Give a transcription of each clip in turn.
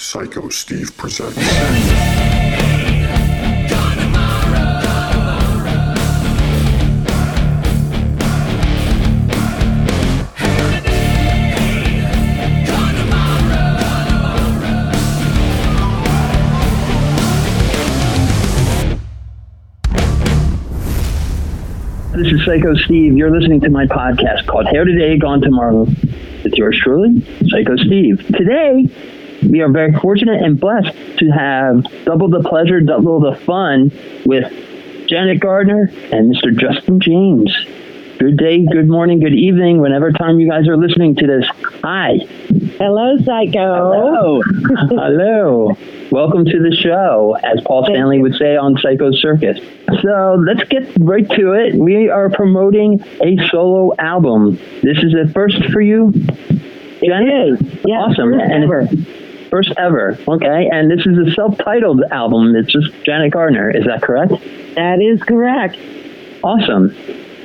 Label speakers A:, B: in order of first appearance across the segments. A: Psycho Steve presents.
B: This is Psycho Steve. You're listening to my podcast called Hair Today, Gone Tomorrow. With yours truly, Psycho Steve. Today, we are very fortunate and blessed to have double the pleasure, double the fun with Janet Gardner and Mr. Justin James. Good day, good morning, good evening, whenever time you guys are listening to this. Hi.
C: Hello, Psycho.
B: Hello. Hello. Welcome to the show, as Paul Stanley would say on Psycho Circus. So let's get right to it. We are promoting a solo album. This is a first for you, Janet?
C: Yeah,
B: awesome.
C: first
B: and
C: ever.
B: First ever. Okay. And this is a self titled album. It's just Janet Gardner. Is that correct?
C: That is correct.
B: Awesome.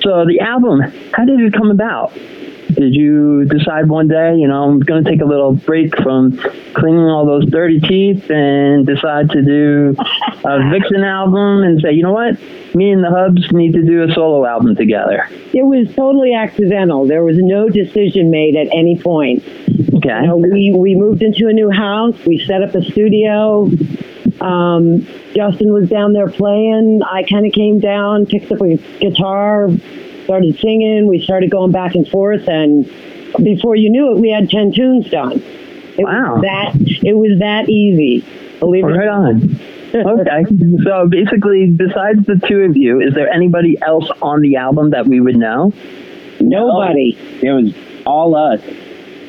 B: So the album, how did it come about? Did you decide one day, you know, I'm going to take a little break from cleaning all those dirty teeth and decide to do a Vixen album and say, you know what? Me and the Hubs need to do a solo album together.
C: It was totally accidental. There was no decision made at any point.
B: Okay.
C: You know, we, we moved into a new house. We set up a studio. Um, Justin was down there playing. I kind of came down, picked up a guitar, started singing. We started going back and forth, and before you knew it, we had ten tunes done. It
B: Wow.
C: Was that it was that easy. Believe it.
B: Right on. Okay. so basically, besides the two of you, is there anybody else on the album that we would know?
C: Nobody.
D: It was all us.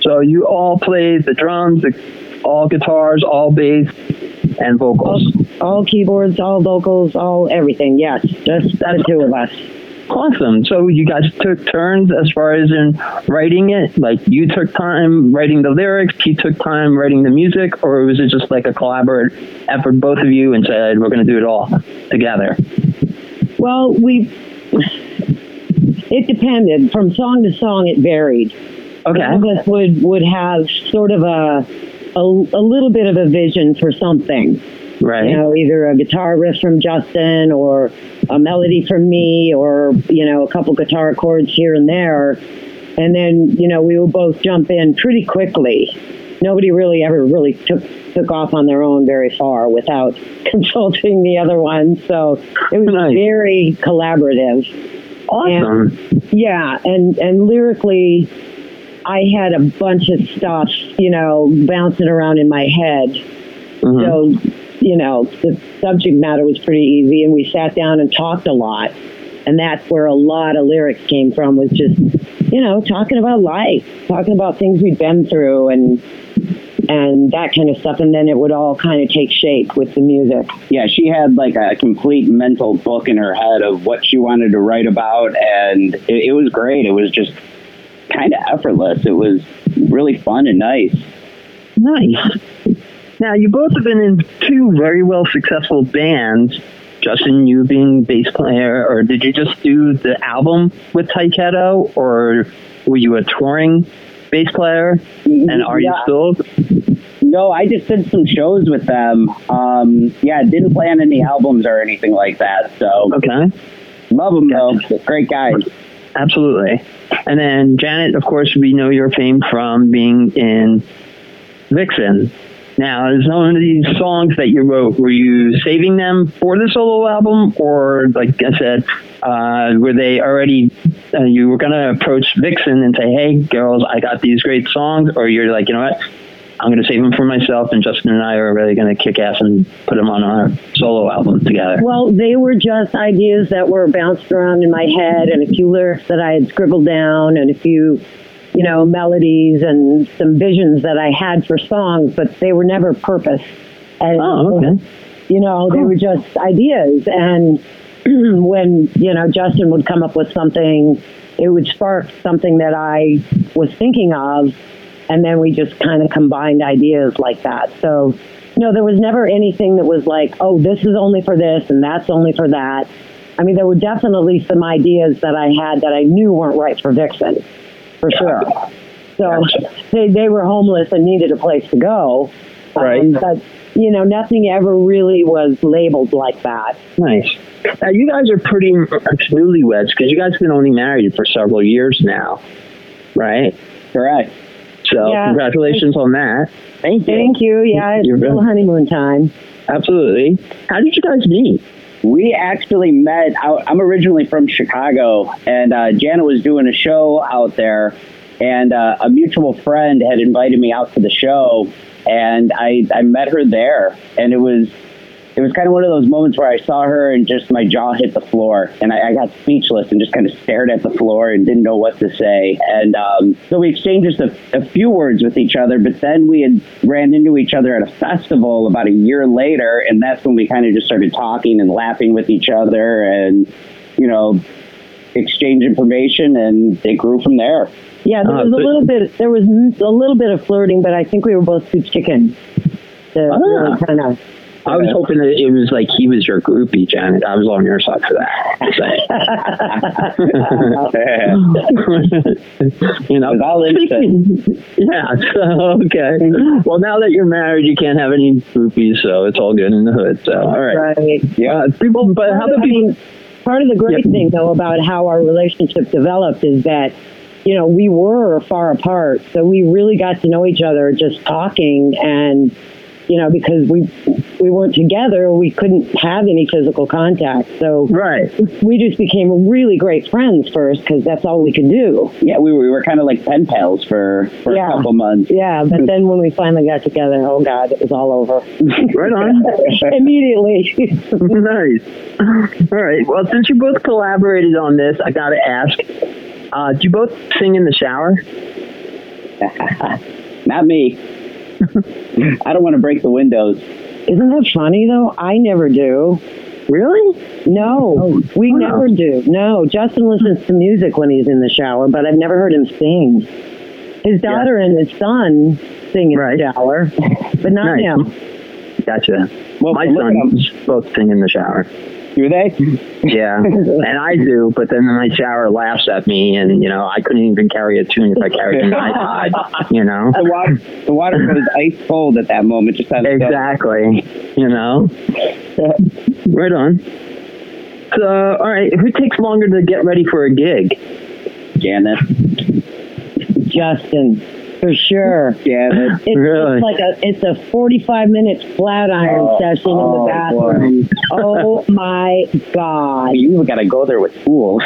B: So you all played the drums, the, all guitars, all bass, and vocals.
C: all keyboards, all vocals, all everything. Yes, just the two of us.
B: Awesome. So you guys took turns as far as in writing it? Like you took time writing the lyrics, he took time writing the music, or was it just like a collaborative effort, both of you, and said, we're going to do it all together?
C: Well, we. It depended from song to song. It varied. All of
B: Okay.
C: us would would have sort of a, a a little bit of a vision for something.
B: Right.
C: You know, either a guitar riff from Justin or a melody from me, or you know, a couple guitar chords here and there. And then you know, we would both jump in pretty quickly. Nobody really ever really took took off on their own very far without consulting the other one. So it was
B: Nice.
C: very collaborative.
B: Awesome.
C: Yeah, and and lyrically, I had a bunch of stuff, you know, bouncing around in my head.
B: Mhm.
C: So, you know, the subject matter was pretty easy, and we sat down and talked a lot, and that's where a lot of lyrics came from. Was just, you know, talking about life, talking about things we'd been through, and and that kind of stuff, and then it would all kind of take shape with the music.
D: Yeah, she had like a complete mental book in her head of what she wanted to write about, and it, it was great. It was just kind of effortless. It was really fun and nice.
B: Nice. Now, you both have been in two very well successful bands. Justin, you being bass player, or did you just do the album with Taiketo, or were you a touring bass player? And are you
D: Yeah.
B: still?
D: No, I just did some shows with them. Um, yeah, didn't plan any albums or anything like that. So
B: Okay,
D: love them
B: Gotcha.
D: though. Great guys.
B: absolutely. And then Janet, of course, we know your fame from being in Vixen. Now, is one of these songs that you wrote, were you saving them for the solo album, or like I said, uh, were they already? Uh, you were gonna approach Vixen and say, "Hey, girls, I got these great songs," or you're like, you know what? I'm gonna save them for myself, and Justin and I are really gonna kick ass and put them on our solo album together.
C: Well, they were just ideas that were bounced around in my head, and a few lyrics that I had scribbled down, and a few, you know, melodies and some visions that I had for songs, but they were never purposed. And,
B: Oh, okay.
C: You know, they were just ideas, and when you know Justin would come up with something, it would spark something that I was thinking of, and then we just kind of combined ideas like that. So, no, there was never anything that was like, oh, this is only for this and that's only for that. I mean, there were definitely some ideas that I had that I knew weren't right for Vixen, for sure. So they, they were homeless and needed a place to go. Um,
B: Right.
C: but you know, nothing ever really was labeled like that.
B: Nice. Now you guys are pretty much newlyweds because you guys have been only married for several years now, right?
D: Correct.
B: So
C: Yeah.
B: congratulations on that. Thank
C: Thank you. Yeah, it's
B: You're
C: still
B: welcome.
C: honeymoon time.
B: Absolutely. How did you guys meet?
D: We actually met out. I'm originally from Chicago, and uh, Janet was doing a show out there, and uh, a mutual friend had invited me out to the show, and I, I met her there, and it was it was kind of one of those moments where I saw her and just my jaw hit the floor, and I, I got speechless and just kind of stared at the floor and didn't know what to say, and um, so we exchanged just a, a few words with each other, but then we had ran into each other at a festival about a year later, and that's when we kind of just started talking and laughing with each other, and you know. Exchange information and it grew from there.
C: Yeah, there
B: Uh,
C: was a
B: but-
C: little bit. There was m- a little bit of flirting, but I think we were both too chicken. To
B: Ah.
C: really kind of.
B: I was hoping that it was like he was your groupie, Janet. I was on your side for that. Just saying.
D: Yeah.
B: you know,
D: It was all
B: speaking, yeah. So, okay. Well, now that you're married, you can't have any groupies, so it's all good in the hood. So, all right.
C: Right.
B: Yeah, people. But how
C: Part of-
B: about
C: I
B: people?
C: mean, part of the great
B: Yeah.
C: thing though about how our relationship developed is that you know we were far apart, so we really got to know each other just talking and you know because we we weren't together, we couldn't have any physical contact, so.
B: Right.
C: We just became really great friends first because that's all we could do.
D: Yeah, we were, we were kind of like pen pals for, for
C: Yeah.
D: a couple months.
C: Yeah, but then when we finally got together, oh God, it was all over.
B: Right on.
C: Immediately.
B: nice. All right. Well, since you both collaborated on this, I got to ask: uh, Do you both sing in the shower?
D: Not me. I don't want to break the windows.
C: Isn't that funny though? I never do.
B: Really?
C: No,
B: Oh,
C: we
B: wow.
C: never do. No, Justin listens to music when he's in the shower, but I've never heard him sing. His daughter and his son sing in
B: Right.
C: the shower, but not
B: Nice.
C: him.
B: Gotcha.
D: Well,
B: My
D: look at
B: sons both sing in the shower.
D: Do they?
B: Yeah, and I do, but then my shower laughs at me, and you know I couldn't even carry a tune if I carried an iPod. You know.
D: The water, the water goes ice cold at that moment. Just out of the-
B: Exactly. You know? right on. So, all right, who takes longer to get ready for a gig?
D: Janet.
C: Justin, for sure.
D: Janet.
C: It's
B: Really?
C: it's like a it's a forty five minute flat iron
D: Oh,
C: session
D: oh,
C: in the bathroom. oh my
D: Oh,
C: god.
D: you got to go there with tools.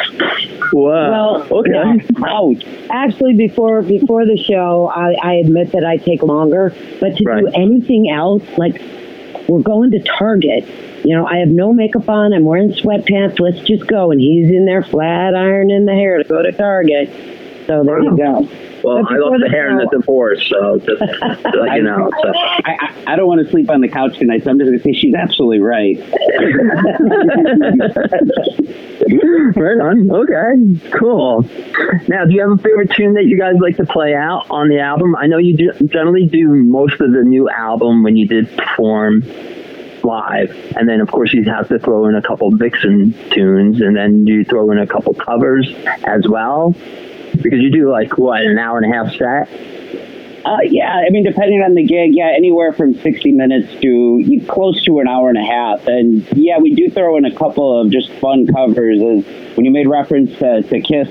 B: Wow.
C: Well,
B: okay.
C: yeah.
D: Ouch.
C: Actually, before before the show, I, I admit that I take longer, but to
B: Right.
C: do anything else, like we're going to Target, you know, I have no makeup on, I'm wearing sweatpants. Let's just go, and he's in there flat ironing the hair to go to Target. So there you go.
B: Well,
C: But
B: I
C: before
B: lost the
C: the
B: hair in the
C: show-
B: divorce, so just to let you know. So.
D: I, I, I don't want to sleep on the couch tonight, so I'm just going to say she's absolutely right.
B: right on. Okay. Cool. Now, do you have a favorite tune that you guys like to play out on the album? I know you do, generally do most of the new album when you did perform live, and then of course you have to throw in a couple Vixen tunes, and then you throw in a couple covers as well. Because you do like what an hour and a half set,
D: Uh, yeah, I mean, depending on the gig, yeah, anywhere from 60 minutes to close to an hour and a half. And yeah, we do throw in a couple of just fun covers. As when you made reference to, to Kiss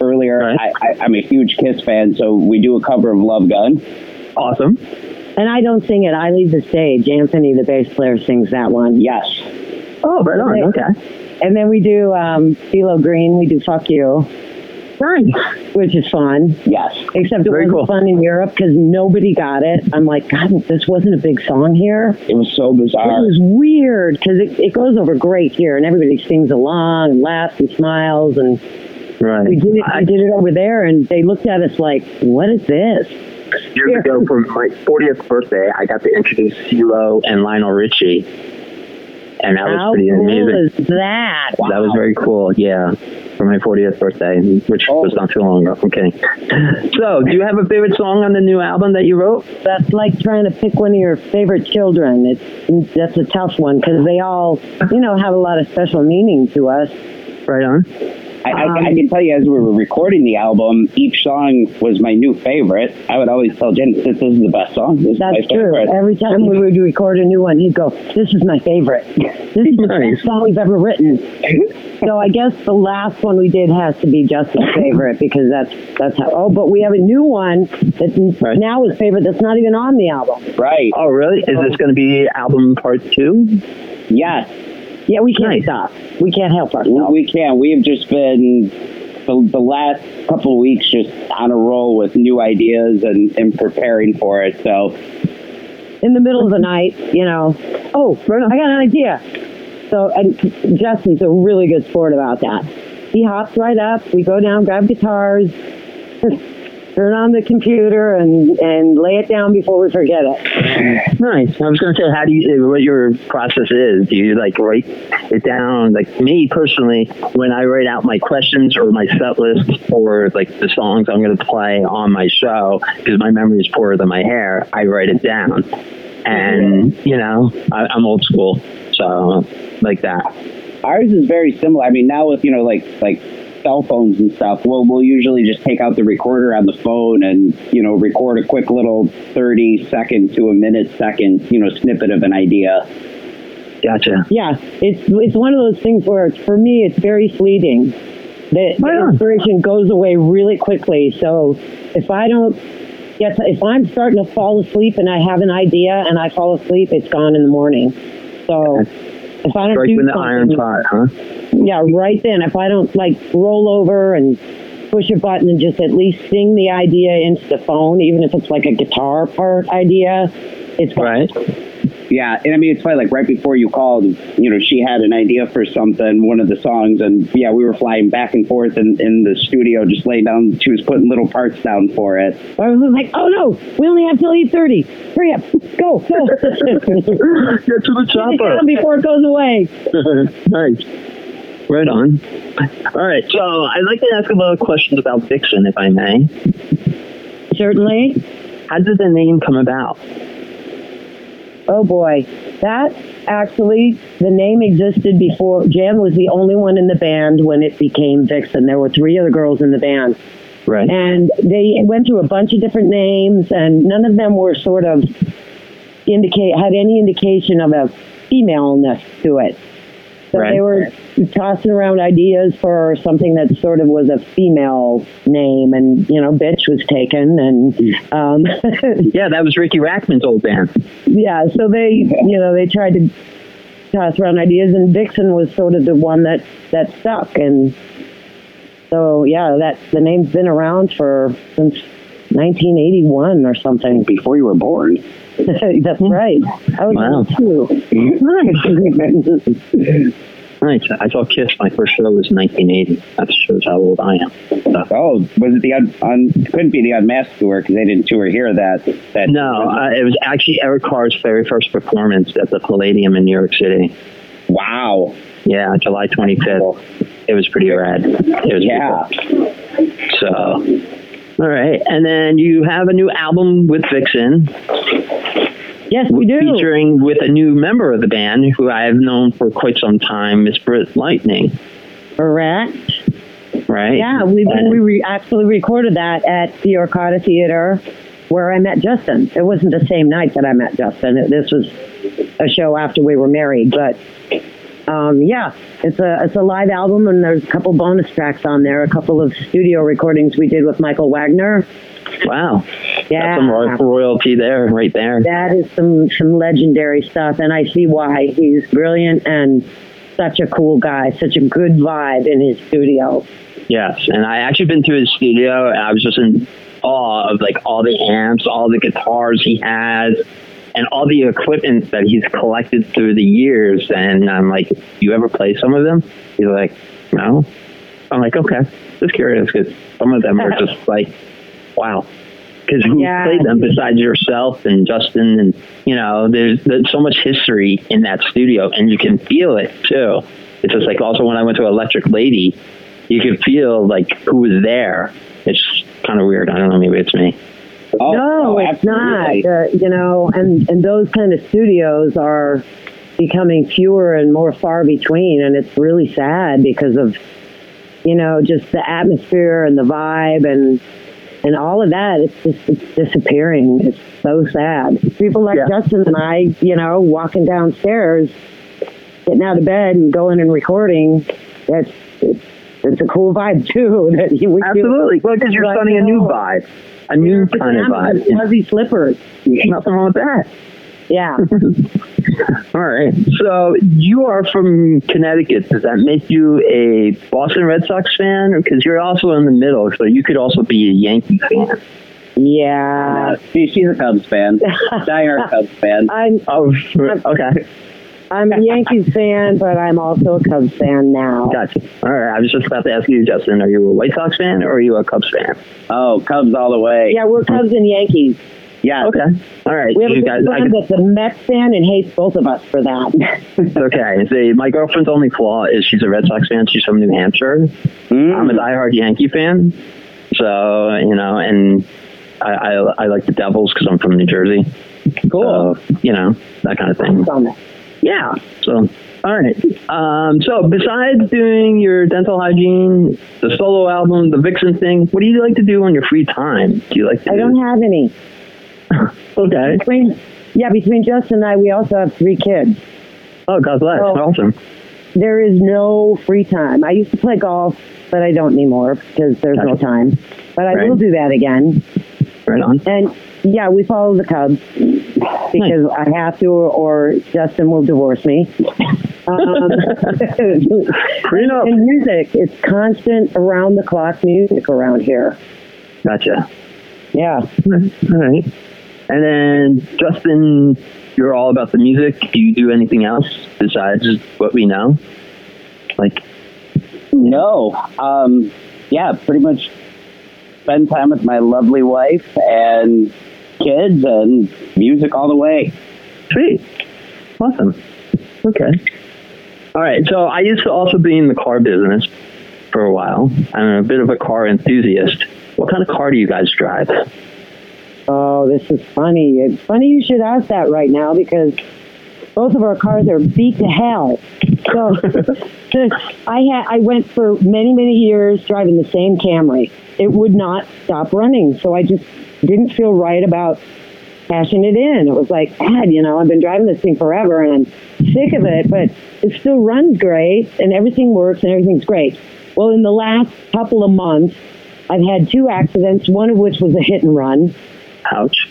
D: earlier,
B: Right.
D: I, I, I'm a huge Kiss fan, so we do a cover of Love Gun.
B: awesome.
C: And I don't sing it; I leave the stage. Anthony, the bass player, sings that one.
D: Yes.
B: Oh, right on. Okay,
C: And then we do um, CeeLo Green. We do "Fuck You,"
B: nice.
C: which is fun.
D: Yes.
C: Except it
B: Very
C: wasn't
B: cool.
C: fun in Europe because nobody got it. I'm like, God, this wasn't a big song here.
D: It was so
C: It
D: bizarre.
C: was weird because it, it goes over great here, and everybody sings along and laughs and smiles. And
B: Right.
C: we did it.
B: I-
C: we did it over there, and they looked at us like, "What is this?"
B: years
C: Yeah.
B: ago for my 40th birthday, I got to introduce CeeLo and Lionel Richie. And that
C: How
B: was pretty
C: cool
B: amazing.
C: is that?
B: That was very cool, yeah, for my 40th birthday, which
C: Oh.
B: was not too long ago. Okay. So, do you have a favorite song on the new album that you wrote?
C: That's like trying to pick one of your favorite children. It's that's a tough one because they all, you know, have a lot of special meaning to us.
B: Right on.
D: I,
C: Um,
D: I, I can tell you, as we were recording the album, each song was my new favorite. I would always tell Jen, "This is the best song. This
C: That's
D: is my
C: true.
D: favorite."
C: Every time we would record a new one, he'd go, "This is my favorite. This is the
B: Nice.
C: best song we've ever written." so I guess the last one we did has to be Justin's favorite because that's that's how. Oh, but we have a new one that's
B: Right.
C: now his favorite. That's not even on the album.
D: Right?
B: Oh, really? Is this going to be album part two?
D: Yes,
C: Yeah, we can't
B: Nice.
C: stop. We can't help
D: we,
C: ourselves.
D: we can. We've just been the, the last couple of weeks just on a roll with new ideas and, and preparing for it. So
C: in the middle of the night, you know, oh, Bruno, I got an idea. So, and Justin's a really good sport about that. He hops right up. We go down, grab guitars, turn on the computer, and and lay it down before we forget it.
B: Nice. I was going to say, how do you, what your process is? Do you like write it down? Like me personally, when I write out my questions or my set list or like the songs I'm going to play on my show, because my memory is poorer than my hair, I write it down. And, you know, I, I'm old school. So, like that.
D: ours is very similar. I mean, now with you know like like cell phones and stuff, we'll we'll usually just take out the recorder on the phone and you know record a quick little thirty second to a minute second you know snippet of an idea.
B: Gotcha.
C: Yeah, it's it's one of those things where it's, for me it's very fleeting. The,
B: Right
C: the
B: on.
C: inspiration goes away really quickly. So if I don't get, if I'm starting to fall asleep and I have an idea and I fall asleep, it's gone in the morning. So if I don't
B: Strike
C: do
B: when the iron's
C: something-
B: hot, huh?
C: yeah, right then. If I don't like roll over and push a button and just at least sing the idea into the phone, even if it's like a guitar part idea, it's gone.
B: Right.
D: Yeah, and I mean it's funny. Like right before you called, you know, she had an idea for something, one of the songs, and yeah, we were flying back and forth in, in the studio, just laying down. She was putting little parts down for it.
C: I was like, oh no, we only have till eight thirty. Hurry up, go, go.
B: Get to the
C: Get it
B: chopper.
C: down before it goes away.
B: nice. Right on. All right. So I'd like to ask a lot of questions about Vixen, if I may.
C: Certainly.
B: How did the name come about?
C: Oh boy, that actually the name existed before. Jan was the only one in the band when it became Vixen. There were three other girls in the band.
B: Right.
C: and they went through a bunch of different names, and none of them were sort of indicate had any indication of a femaleness to it. So
B: Right.
C: they were tossing around ideas for something that sort of was a female name, and you know, bitch was taken, and um,
B: yeah, that was Ricky Rackman's old band.
C: yeah, so they, you know, they tried to toss around ideas, and Vixen was sort of the one that that stuck, and so yeah, that the name's been around for since 1981 or something.
D: Before you were born.
C: That's right. I was
B: Wow.
C: two.
D: Nice.
B: Nice. I saw Kiss. My first show was 1980. That shows how old I am. So-
D: oh, was it the un, un, couldn't be the unmasked tour because they didn't tour here that that
B: No, uh, it was actually Eric Carr's very first performance at the Palladium in New York City.
D: wow
B: Yeah, July 25th. It was pretty rad. It was
D: yeah
B: cool. So, all right. And then you have a new album with Vixen.
C: Yes, we do.
B: featuring with a new member of the band who I have known for quite some time, Miss Britt Lightning,
C: Correct.
B: right?
C: Yeah, we
B: And-
C: we re- actually recorded that at the Orcata Theater where I met Justin. It wasn't the same night that I met Justin. It- This was a show after we were married, but um, yeah, it's a it's a live album and there's a couple bonus tracks on there, a couple of studio recordings we did with Michael Wagner.
B: Wow.
C: Yeah.
B: That's some ro- royalty there, right there.
C: That is some some legendary stuff, and I see why he's brilliant and such a cool guy, such a good vibe in his studio.
B: Yes. And I actually been to his studio and I was just in awe of like all the amps, all the guitars he has, and all the equipment that he's collected through the years. And I'm like, you ever play some of them? He's like, no. I'm like, okay, just curious because some of them are just like, wow. Because who
C: Yeah.
B: played them besides yourself and Justin and you know there's, there's so much history in that studio and you can feel it too. It's just like also when I went to Electric Lady, you could feel like who was there. It's kind of weird. I don't know. Maybe it's me.
D: oh,
C: no,
D: oh,
C: it's not.
D: absolutely.
C: Uh, you know, and and those kind of studios are becoming fewer and more far between, and it's really sad because of you know, just the atmosphere and the vibe and and all of that. It's just it's disappearing. It's so sad. People like
B: Yeah.
C: Justin and I, you know, walking downstairs, getting out of bed and going and recording. That's it's, it's a cool vibe too. That we do.
B: Absolutely. Well, because you're
C: Right
B: starting a new
C: now.
B: vibe, a new kind of
C: Pajamas
B: vibe.
C: and Fuzzy slippers.
B: Nothing wrong with that.
C: Yeah.
B: All right. So you are from Connecticut. Does that make you a Boston Red Sox fan? Because you're also in the middle, so you could also be a Yankee fan.
C: Yeah.
D: Uh, she, she's a Cubs fan, diehard Cubs fan.
C: I'm
B: Oh, okay.
C: I'm a Yankees fan, but I'm also a Cubs fan now.
B: Gotcha. All right. I was just about to ask you, Justin, are you a White Sox fan or are you a Cubs fan?
D: Oh, Cubs all the way.
C: Yeah, we're Cubs and Yankees.
D: Yeah.
B: Okay. All right.
C: We have
B: You
C: a
B: guys,
C: good
B: I
C: friend that's a Mets fan and hates both of us for that.
B: it's okay. See, my girlfriend's only flaw is she's a Red Sox fan. She's from New Hampshire. I'm a
D: Mm.
B: diehard Yankee fan. So, you know, and I, I, I like the Devils because I'm from New Jersey.
C: Cool.
B: So, you know, that kind of thing.
C: Awesome.
B: Yeah. So, all right. Um, so, besides doing your dental hygiene, the solo album, the Vixen thing, what do you like to do on your free time? Do you like to
C: I don't have any.
B: Okay.
C: Between, yeah, between Justin and I, we also have three kids.
B: Oh, God bless.
C: Oh.
B: Awesome.
C: There is no free time. I used to play golf, but I don't anymore because there's no
B: Gotcha.
C: time. But I
B: Right.
C: will do that again.
B: Right on.
C: And yeah, we follow the Cubs because I have to, or, or Justin will divorce me. Um,
B: Prenup.
C: And music, it's constant around the clock music around here.
B: Gotcha.
C: Yeah.
B: All right. And then, Justin, you're all about the music. Do you do anything else besides what we know? Like,
D: No. Um, yeah, pretty much spend time with my lovely wife and kids and music all the way.
B: Sweet. Awesome. Okay. All right. So I used to also be in the car business for a while. I'm a bit of a car enthusiast. What kind of car do you guys drive?
C: Oh, this is funny. It's funny you should ask that right now because both of our cars are beat to hell. So I had I went for many many years driving the same Camry. It would not stop running, so I just didn't feel right about cashing it in. It was like, God, you know, I've been driving this thing forever and I'm sick of it, but it still runs great and everything works and everything's great. Well, in the last couple of months, I've had two accidents, one of which was a hit and run
B: Ouch.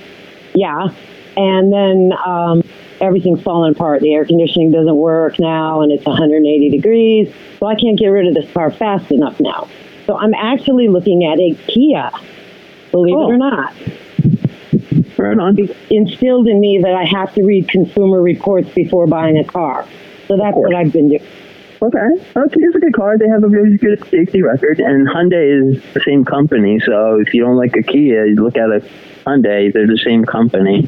C: yeah and then um, everything's falling apart the air conditioning doesn't work now and it's 180 degrees so i can't get rid of this car fast enough now so i'm actually looking at a kia believe
B: Cool.
C: it or not
B: Right on.
C: instilled in me that i have to read consumer reports before buying a car so that's
B: course.
C: what i've been doing
B: Okay. Oh, Kia's a good car. They have a really good safety record, and Hyundai is the same company. So if you don't like a Kia, you look at a Hyundai. They're the same company.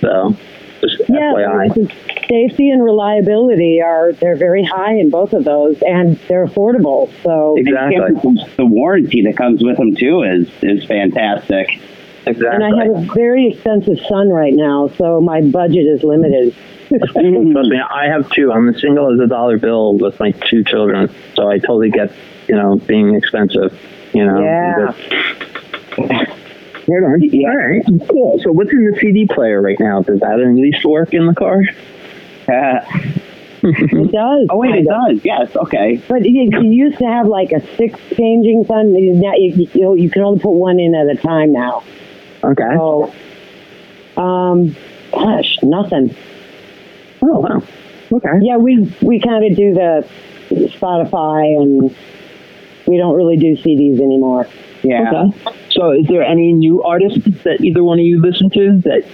B: So just
C: yeah
B: FYI.
C: safety and reliability are they're very high in both of those and they're affordable so
B: Exactly.
D: And Camry, the warranty that comes with them too is is fantastic.
B: Exactly.
C: and I have a very expensive son right now, so my budget is limited.
B: Trust me, I have two. I'm as single as a dollar bill with my two children, so I totally get you know being expensive. You know.
C: Yeah.
B: Right on. All right. Cool. So what's in the CD player right now? Does that at least work in the car?
C: It does.
D: oh wait, it
C: kinda.
D: does. Yes. Okay.
C: But you, you used to have like a six changing son. Now you, you, know, you can only put one in at a time now.
B: Okay.
C: So, um, gosh, nothing.
B: Oh wow. Okay.
C: Yeah, we we kind of do the Spotify, and we don't really do CDs anymore.
D: Yeah.
B: Okay. So is there any new artists that either one of you listen to that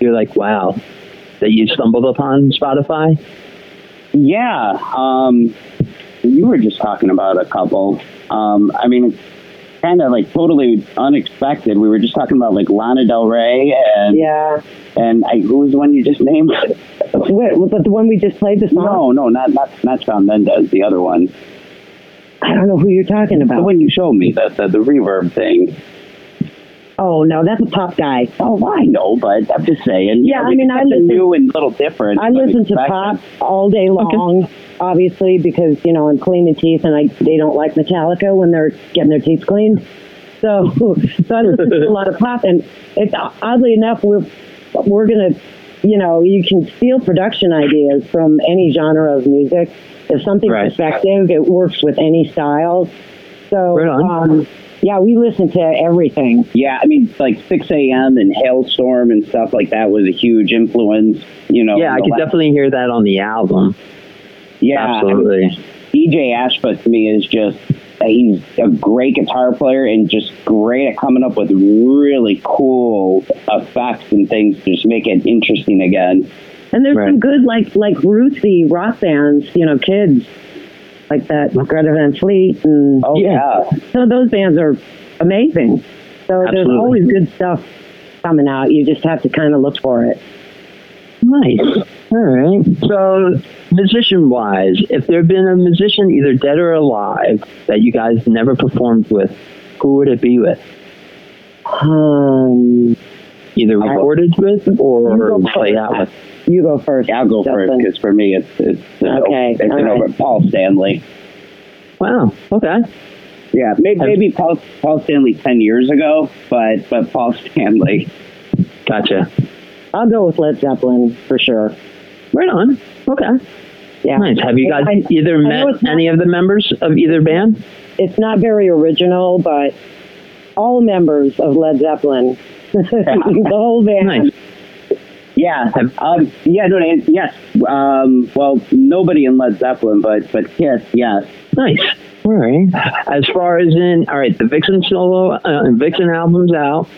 B: you're like, wow, that you stumbled upon Spotify?
D: Yeah. Um, you were just talking about a couple. Um, I mean, kind of like totally unexpected. We were just talking about like Lana Del Rey and
C: Yeah,
D: and I, who was the one you just named?
C: Wait, but the one we just played the song.
D: No, no, not not not Shawn Mendes. The other one,
C: I don't know who you're talking
D: the
C: about.
D: one you showed me, the the, the reverb thing.
C: Oh no, that's a pop guy.
D: Oh, I know, but I'm just saying.
C: Yeah, I mean, I
D: it's
C: listen-
D: new and little different.
C: I
D: but
C: listen to
D: expect
C: pop
D: it.
C: all day long, obviously, because you know I'm cleaning teeth, and I they don't like Metallica when they're getting their teeth cleaned. So, so I listen to a lot of pop, and it's oddly enough we're we're gonna, you know, you can steal production ideas from any genre of music. If something's
B: Right.
C: effective, it works with any style. So,
B: Right on.
C: um, yeah, we listen to everything.
D: Yeah, I mean, like 6 a.m. and Hailstorm and stuff like that was a huge influence. You know.
B: yeah, I
D: the
B: could
D: la-
B: definitely hear that on the album.
D: Yeah, I mean,
B: Absolutely.
D: DJ Ashba to me is just he's a great guitar player and just great at coming up with really cool effects and things to just make it interesting again.
C: And there's
B: Right.
C: some good like like rootsy rock bands, you know, kids like that Greta Van Fleet and
D: Oh
B: Yeah.
D: yeah.
C: some of those bands are amazing. So there's
B: Absolutely.
C: always good stuff coming out. You just have to kind of look for it.
B: Nice. All right. So, musician wise, if there had been a musician, either dead or alive, that you guys never performed with, who would it be with?
C: Um,
B: Either recorded with or
C: You go
B: played
C: first.
B: out with?
C: you go first.
D: I'll go for it
C: Justin.
D: because for me it's it's uh,
C: Okay,
D: It's an
C: all right.
D: over Paul Stanley.
B: Wow. Okay.
D: Yeah, maybe,
B: Have-
D: maybe Paul Paul Stanley ten years ago, but but Paul Stanley.
B: Gotcha.
C: I'll go with Led Zeppelin for sure.
B: Right on. Okay.
C: Yeah.
B: Nice. Have you guys
C: I-
B: either
C: know
B: met
C: it's not-
B: any of the members of either band?
C: It's not very original, but all members of Led Zeppelin, the whole band.
B: Nice.
D: Yeah,
B: Have-
D: um, yeah, no, and- yes. Um, well, nobody in Led Zeppelin, but but Kiss, yes.
B: Nice. All right. As far as in, all right, the Vixen solo uh, and Vixen album's out,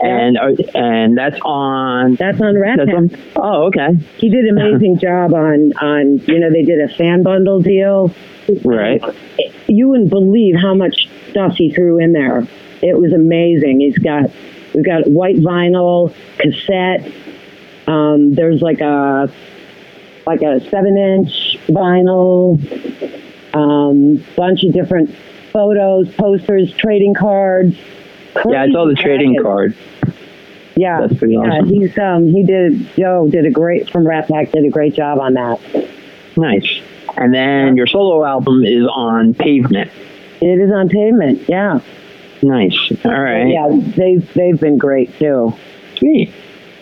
B: and uh, and that's on.
C: That's on Rat
B: That's
C: Pack.
B: on. Oh, okay.
C: he did an amazing job on on you know they did a fan bundle deal
B: Right.
C: you wouldn't believe how much stuff he threw in there it was amazing he's got we've got white vinyl cassette um, there's like a like a seven inch vinyl um, bunch of different photos posters trading cards
B: Yeah, I saw the
C: Crazy
B: trading
C: package.
B: card.
C: Yeah,
B: That's pretty awesome.
C: yeah, he's um he did Joe did a great from Rat Pack did a great job on that.
B: Nice. And then your solo album is on Pavement.
C: It is on pavement, yeah,
B: Nice. All right.
C: yeah. They've they've been great too.
B: Sweet.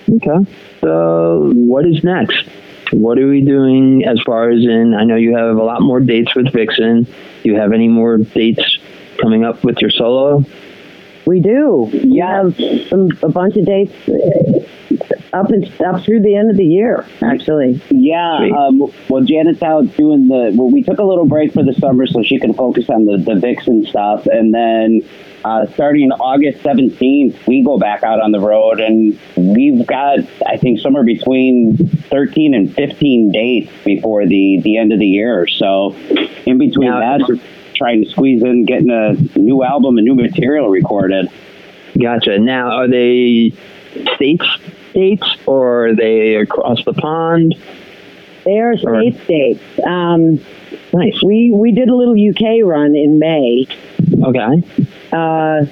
B: Okay. So what is next? What are we doing as far as in? I know you have a lot more dates with Vixen. Do you have any more dates coming up with your solo?
C: We do. We have some, a bunch of dates uh, up and up through the end of the year, actually.
D: Yeah.
B: Sweet.
D: Um, well, Janet's out doing the. Well, we took a little break for the summer so she can focus on the, the Vixen stuff. And then uh, starting August 17th, we go back out on the road. And we've got, I think, somewhere between 13 and 15 dates before the, the end of the year. So in between
B: Now-
D: that, we're trying to squeeze in getting a new album and new material recorded.
B: Gotcha. Now, are they states dates or are they across the pond?
C: They are
B: All right.
C: state dates. Um,
B: Nice.
C: we we did a little UK run in May.
B: Okay.
C: Uh,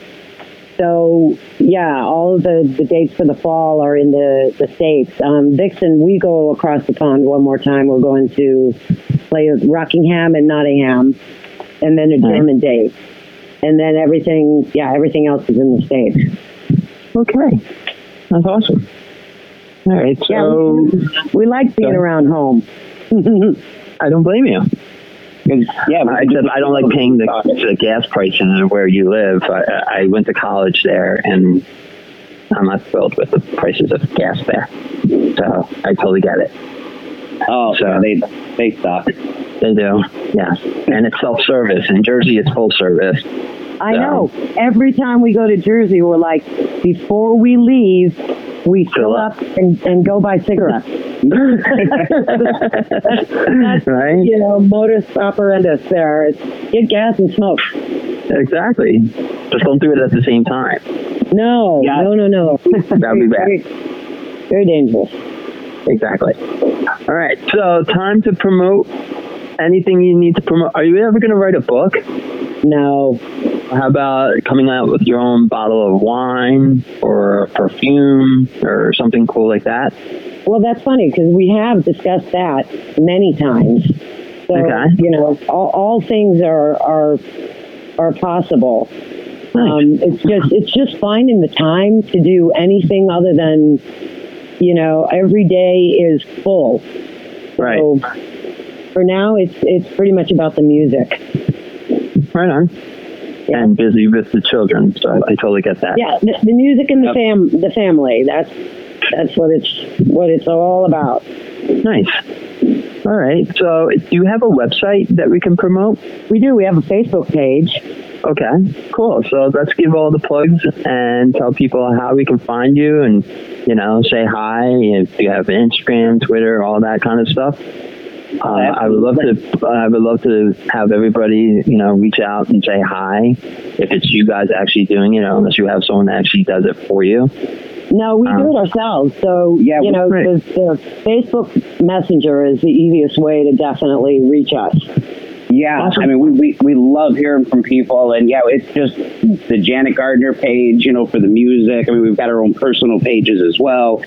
C: so yeah, all of the, the dates for the fall are in the, the states. Um, Vixen, we go across the pond one more time. We're going to play Rockingham and Nottingham, and then a
B: Right.
C: German date, and then everything. Yeah, everything else is in the states.
B: Okay. That's awesome. All right.
C: Yeah,
B: So
C: We like being
B: Sorry.
C: around home.
B: I don't blame you.
D: 'Cause, Yeah,
B: I said I don't like paying the, the gas price in where you live. I, I went to college there, and I'm not thrilled with the prices of gas there. So I totally get it.
D: Oh,
B: so-
D: yeah, they they suck.
B: They do, yeah. And it's self service. In Jersey, it's full service.
C: I
B: Yeah.
C: know. Every time we go to Jersey, we're like, before we leave, we fill
B: up.
C: up and, and go buy cigarettes. That's,
B: Right?
C: You know, modus operandus there. It's get gas and smoke.
B: Exactly. Just don't do it at the same time.
C: No,
D: Yeah.
C: no, no, no.
B: That would be bad.
C: Very, very dangerous.
B: Exactly. All right. So time to promote anything you need to promote. Are you ever going to write a book?
C: No,
B: How about coming out with your own bottle of wine or a perfume or something cool like that?
C: Well, that's funny because we have discussed that many times. So,
B: Okay.
C: you know, all, all things are, are, are possible.
B: Nice.
C: Um, it's just it's just finding the time to do anything other than, you know, every day is full.
B: right.
C: So for now, it's it's pretty much about the music.
B: Right on.
C: Yeah.
B: And busy with the children, so I totally get that.
C: Yeah, the, the music and the
D: Yep.
C: fam the family. That's that's what it's what it's all about.
B: Nice. All right. So, do you have a website that we can promote?
C: We do. We have a Facebook page.
B: Okay, cool. So let's give all the plugs and tell people how we can find you and, you know, say hi if you have Instagram, Twitter, all that kind of stuff. Uh, I would love to. I would love to have everybody, you know, reach out and say hi. If it's you guys actually doing it, unless you have someone that actually does it for you.
C: No, we
B: Um,
C: do it ourselves. So
D: Uh-huh. Yeah,
C: you know,
B: right.
C: the, the Facebook Messenger is the easiest way to definitely reach us.
D: Uh, Yeah,
B: Awesome.
D: I mean, we, we, we love hearing from people, and yeah, it's just the Janet Gardner page, you know, for the music. I mean, we've got our own personal pages as well,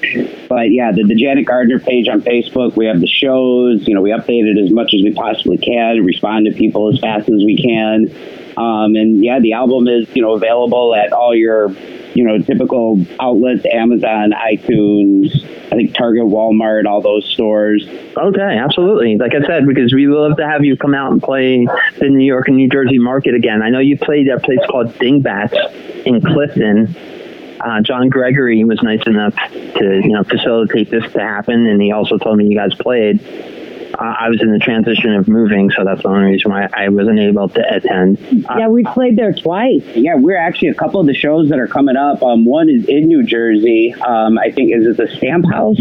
D: but yeah, the, the Janet Gardner page on Facebook. We have the shows, you know, we update it as much as we possibly can, respond to people as fast as we can, um, and yeah, the album is you know available at all your you know typical outlets: Amazon, iTunes, I think Target, Walmart, all those stores.
B: Okay, absolutely. Like I said, because we would love to have you come out and play the New York and New Jersey market again. I know you played at a place called Dingbats in Clifton. Uh, John Gregory was nice enough to you know facilitate this to happen, and he also told me you guys played. Uh, I was in the transition of moving, so that's the only reason why I wasn't able to attend. Uh,
C: yeah, we played there twice.
D: Yeah, we're actually a couple of the shows that are coming up. Um, one is in New Jersey. Um, I think is it the Stamp House?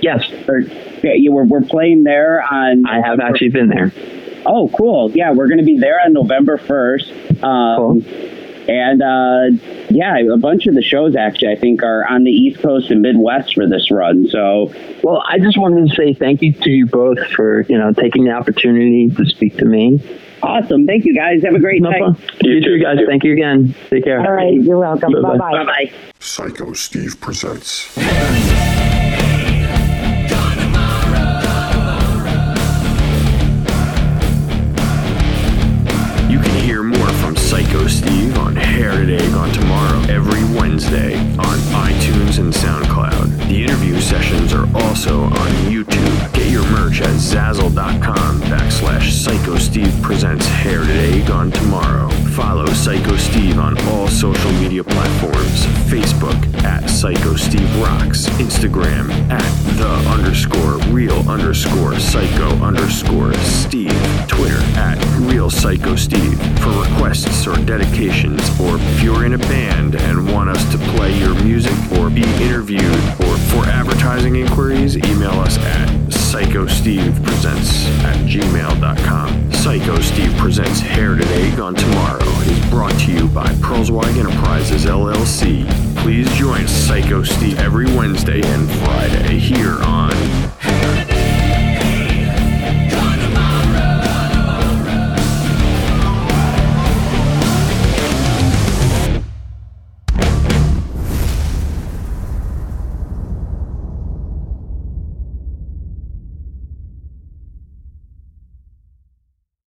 B: yes,
D: Or yeah, you we're, we're playing there on.
B: I have actually been there.
D: Oh, cool. Yeah, we're going to be there on November first. Um, And uh, yeah, a bunch of the shows actually I think are on the East Coast and Midwest for this run. So
B: Well, I just wanted to say thank you to you both for you know taking the opportunity to speak to me.
D: awesome! Thank you guys. Have a great
B: No
D: night.
B: problem. You too, guys. Thank you again. Take care.
C: All right, you're welcome.
B: Bye-bye.
C: Bye
D: Bye
C: bye.
D: bye.
A: Psycho Steve presents.
E: You can hear more from Psycho Steve on Hair Today Gone Tomorrow every Wednesday on iTunes and SoundCloud. The interview sessions are also on YouTube. Get your merch at Zazzle.com backslash Psycho Steve presents Hair Today Gone Tomorrow. Follow Psycho Steve on all social media platforms. Facebook at Psycho Steve Rocks. Instagram at the underscore real underscore psycho underscore Steve. Twitter at real psycho Steve for requests or dedications, or if you're in a band and want us to play your music or be interviewed, or for advertising inquiries, email us at psycho Steve presents at gmail.com. Psycho Steve presents Hair Today Gone Tomorrow is brought to you by Pearlswag Enterprises LLC. Please join Psycho Steve every Wednesday and Friday here on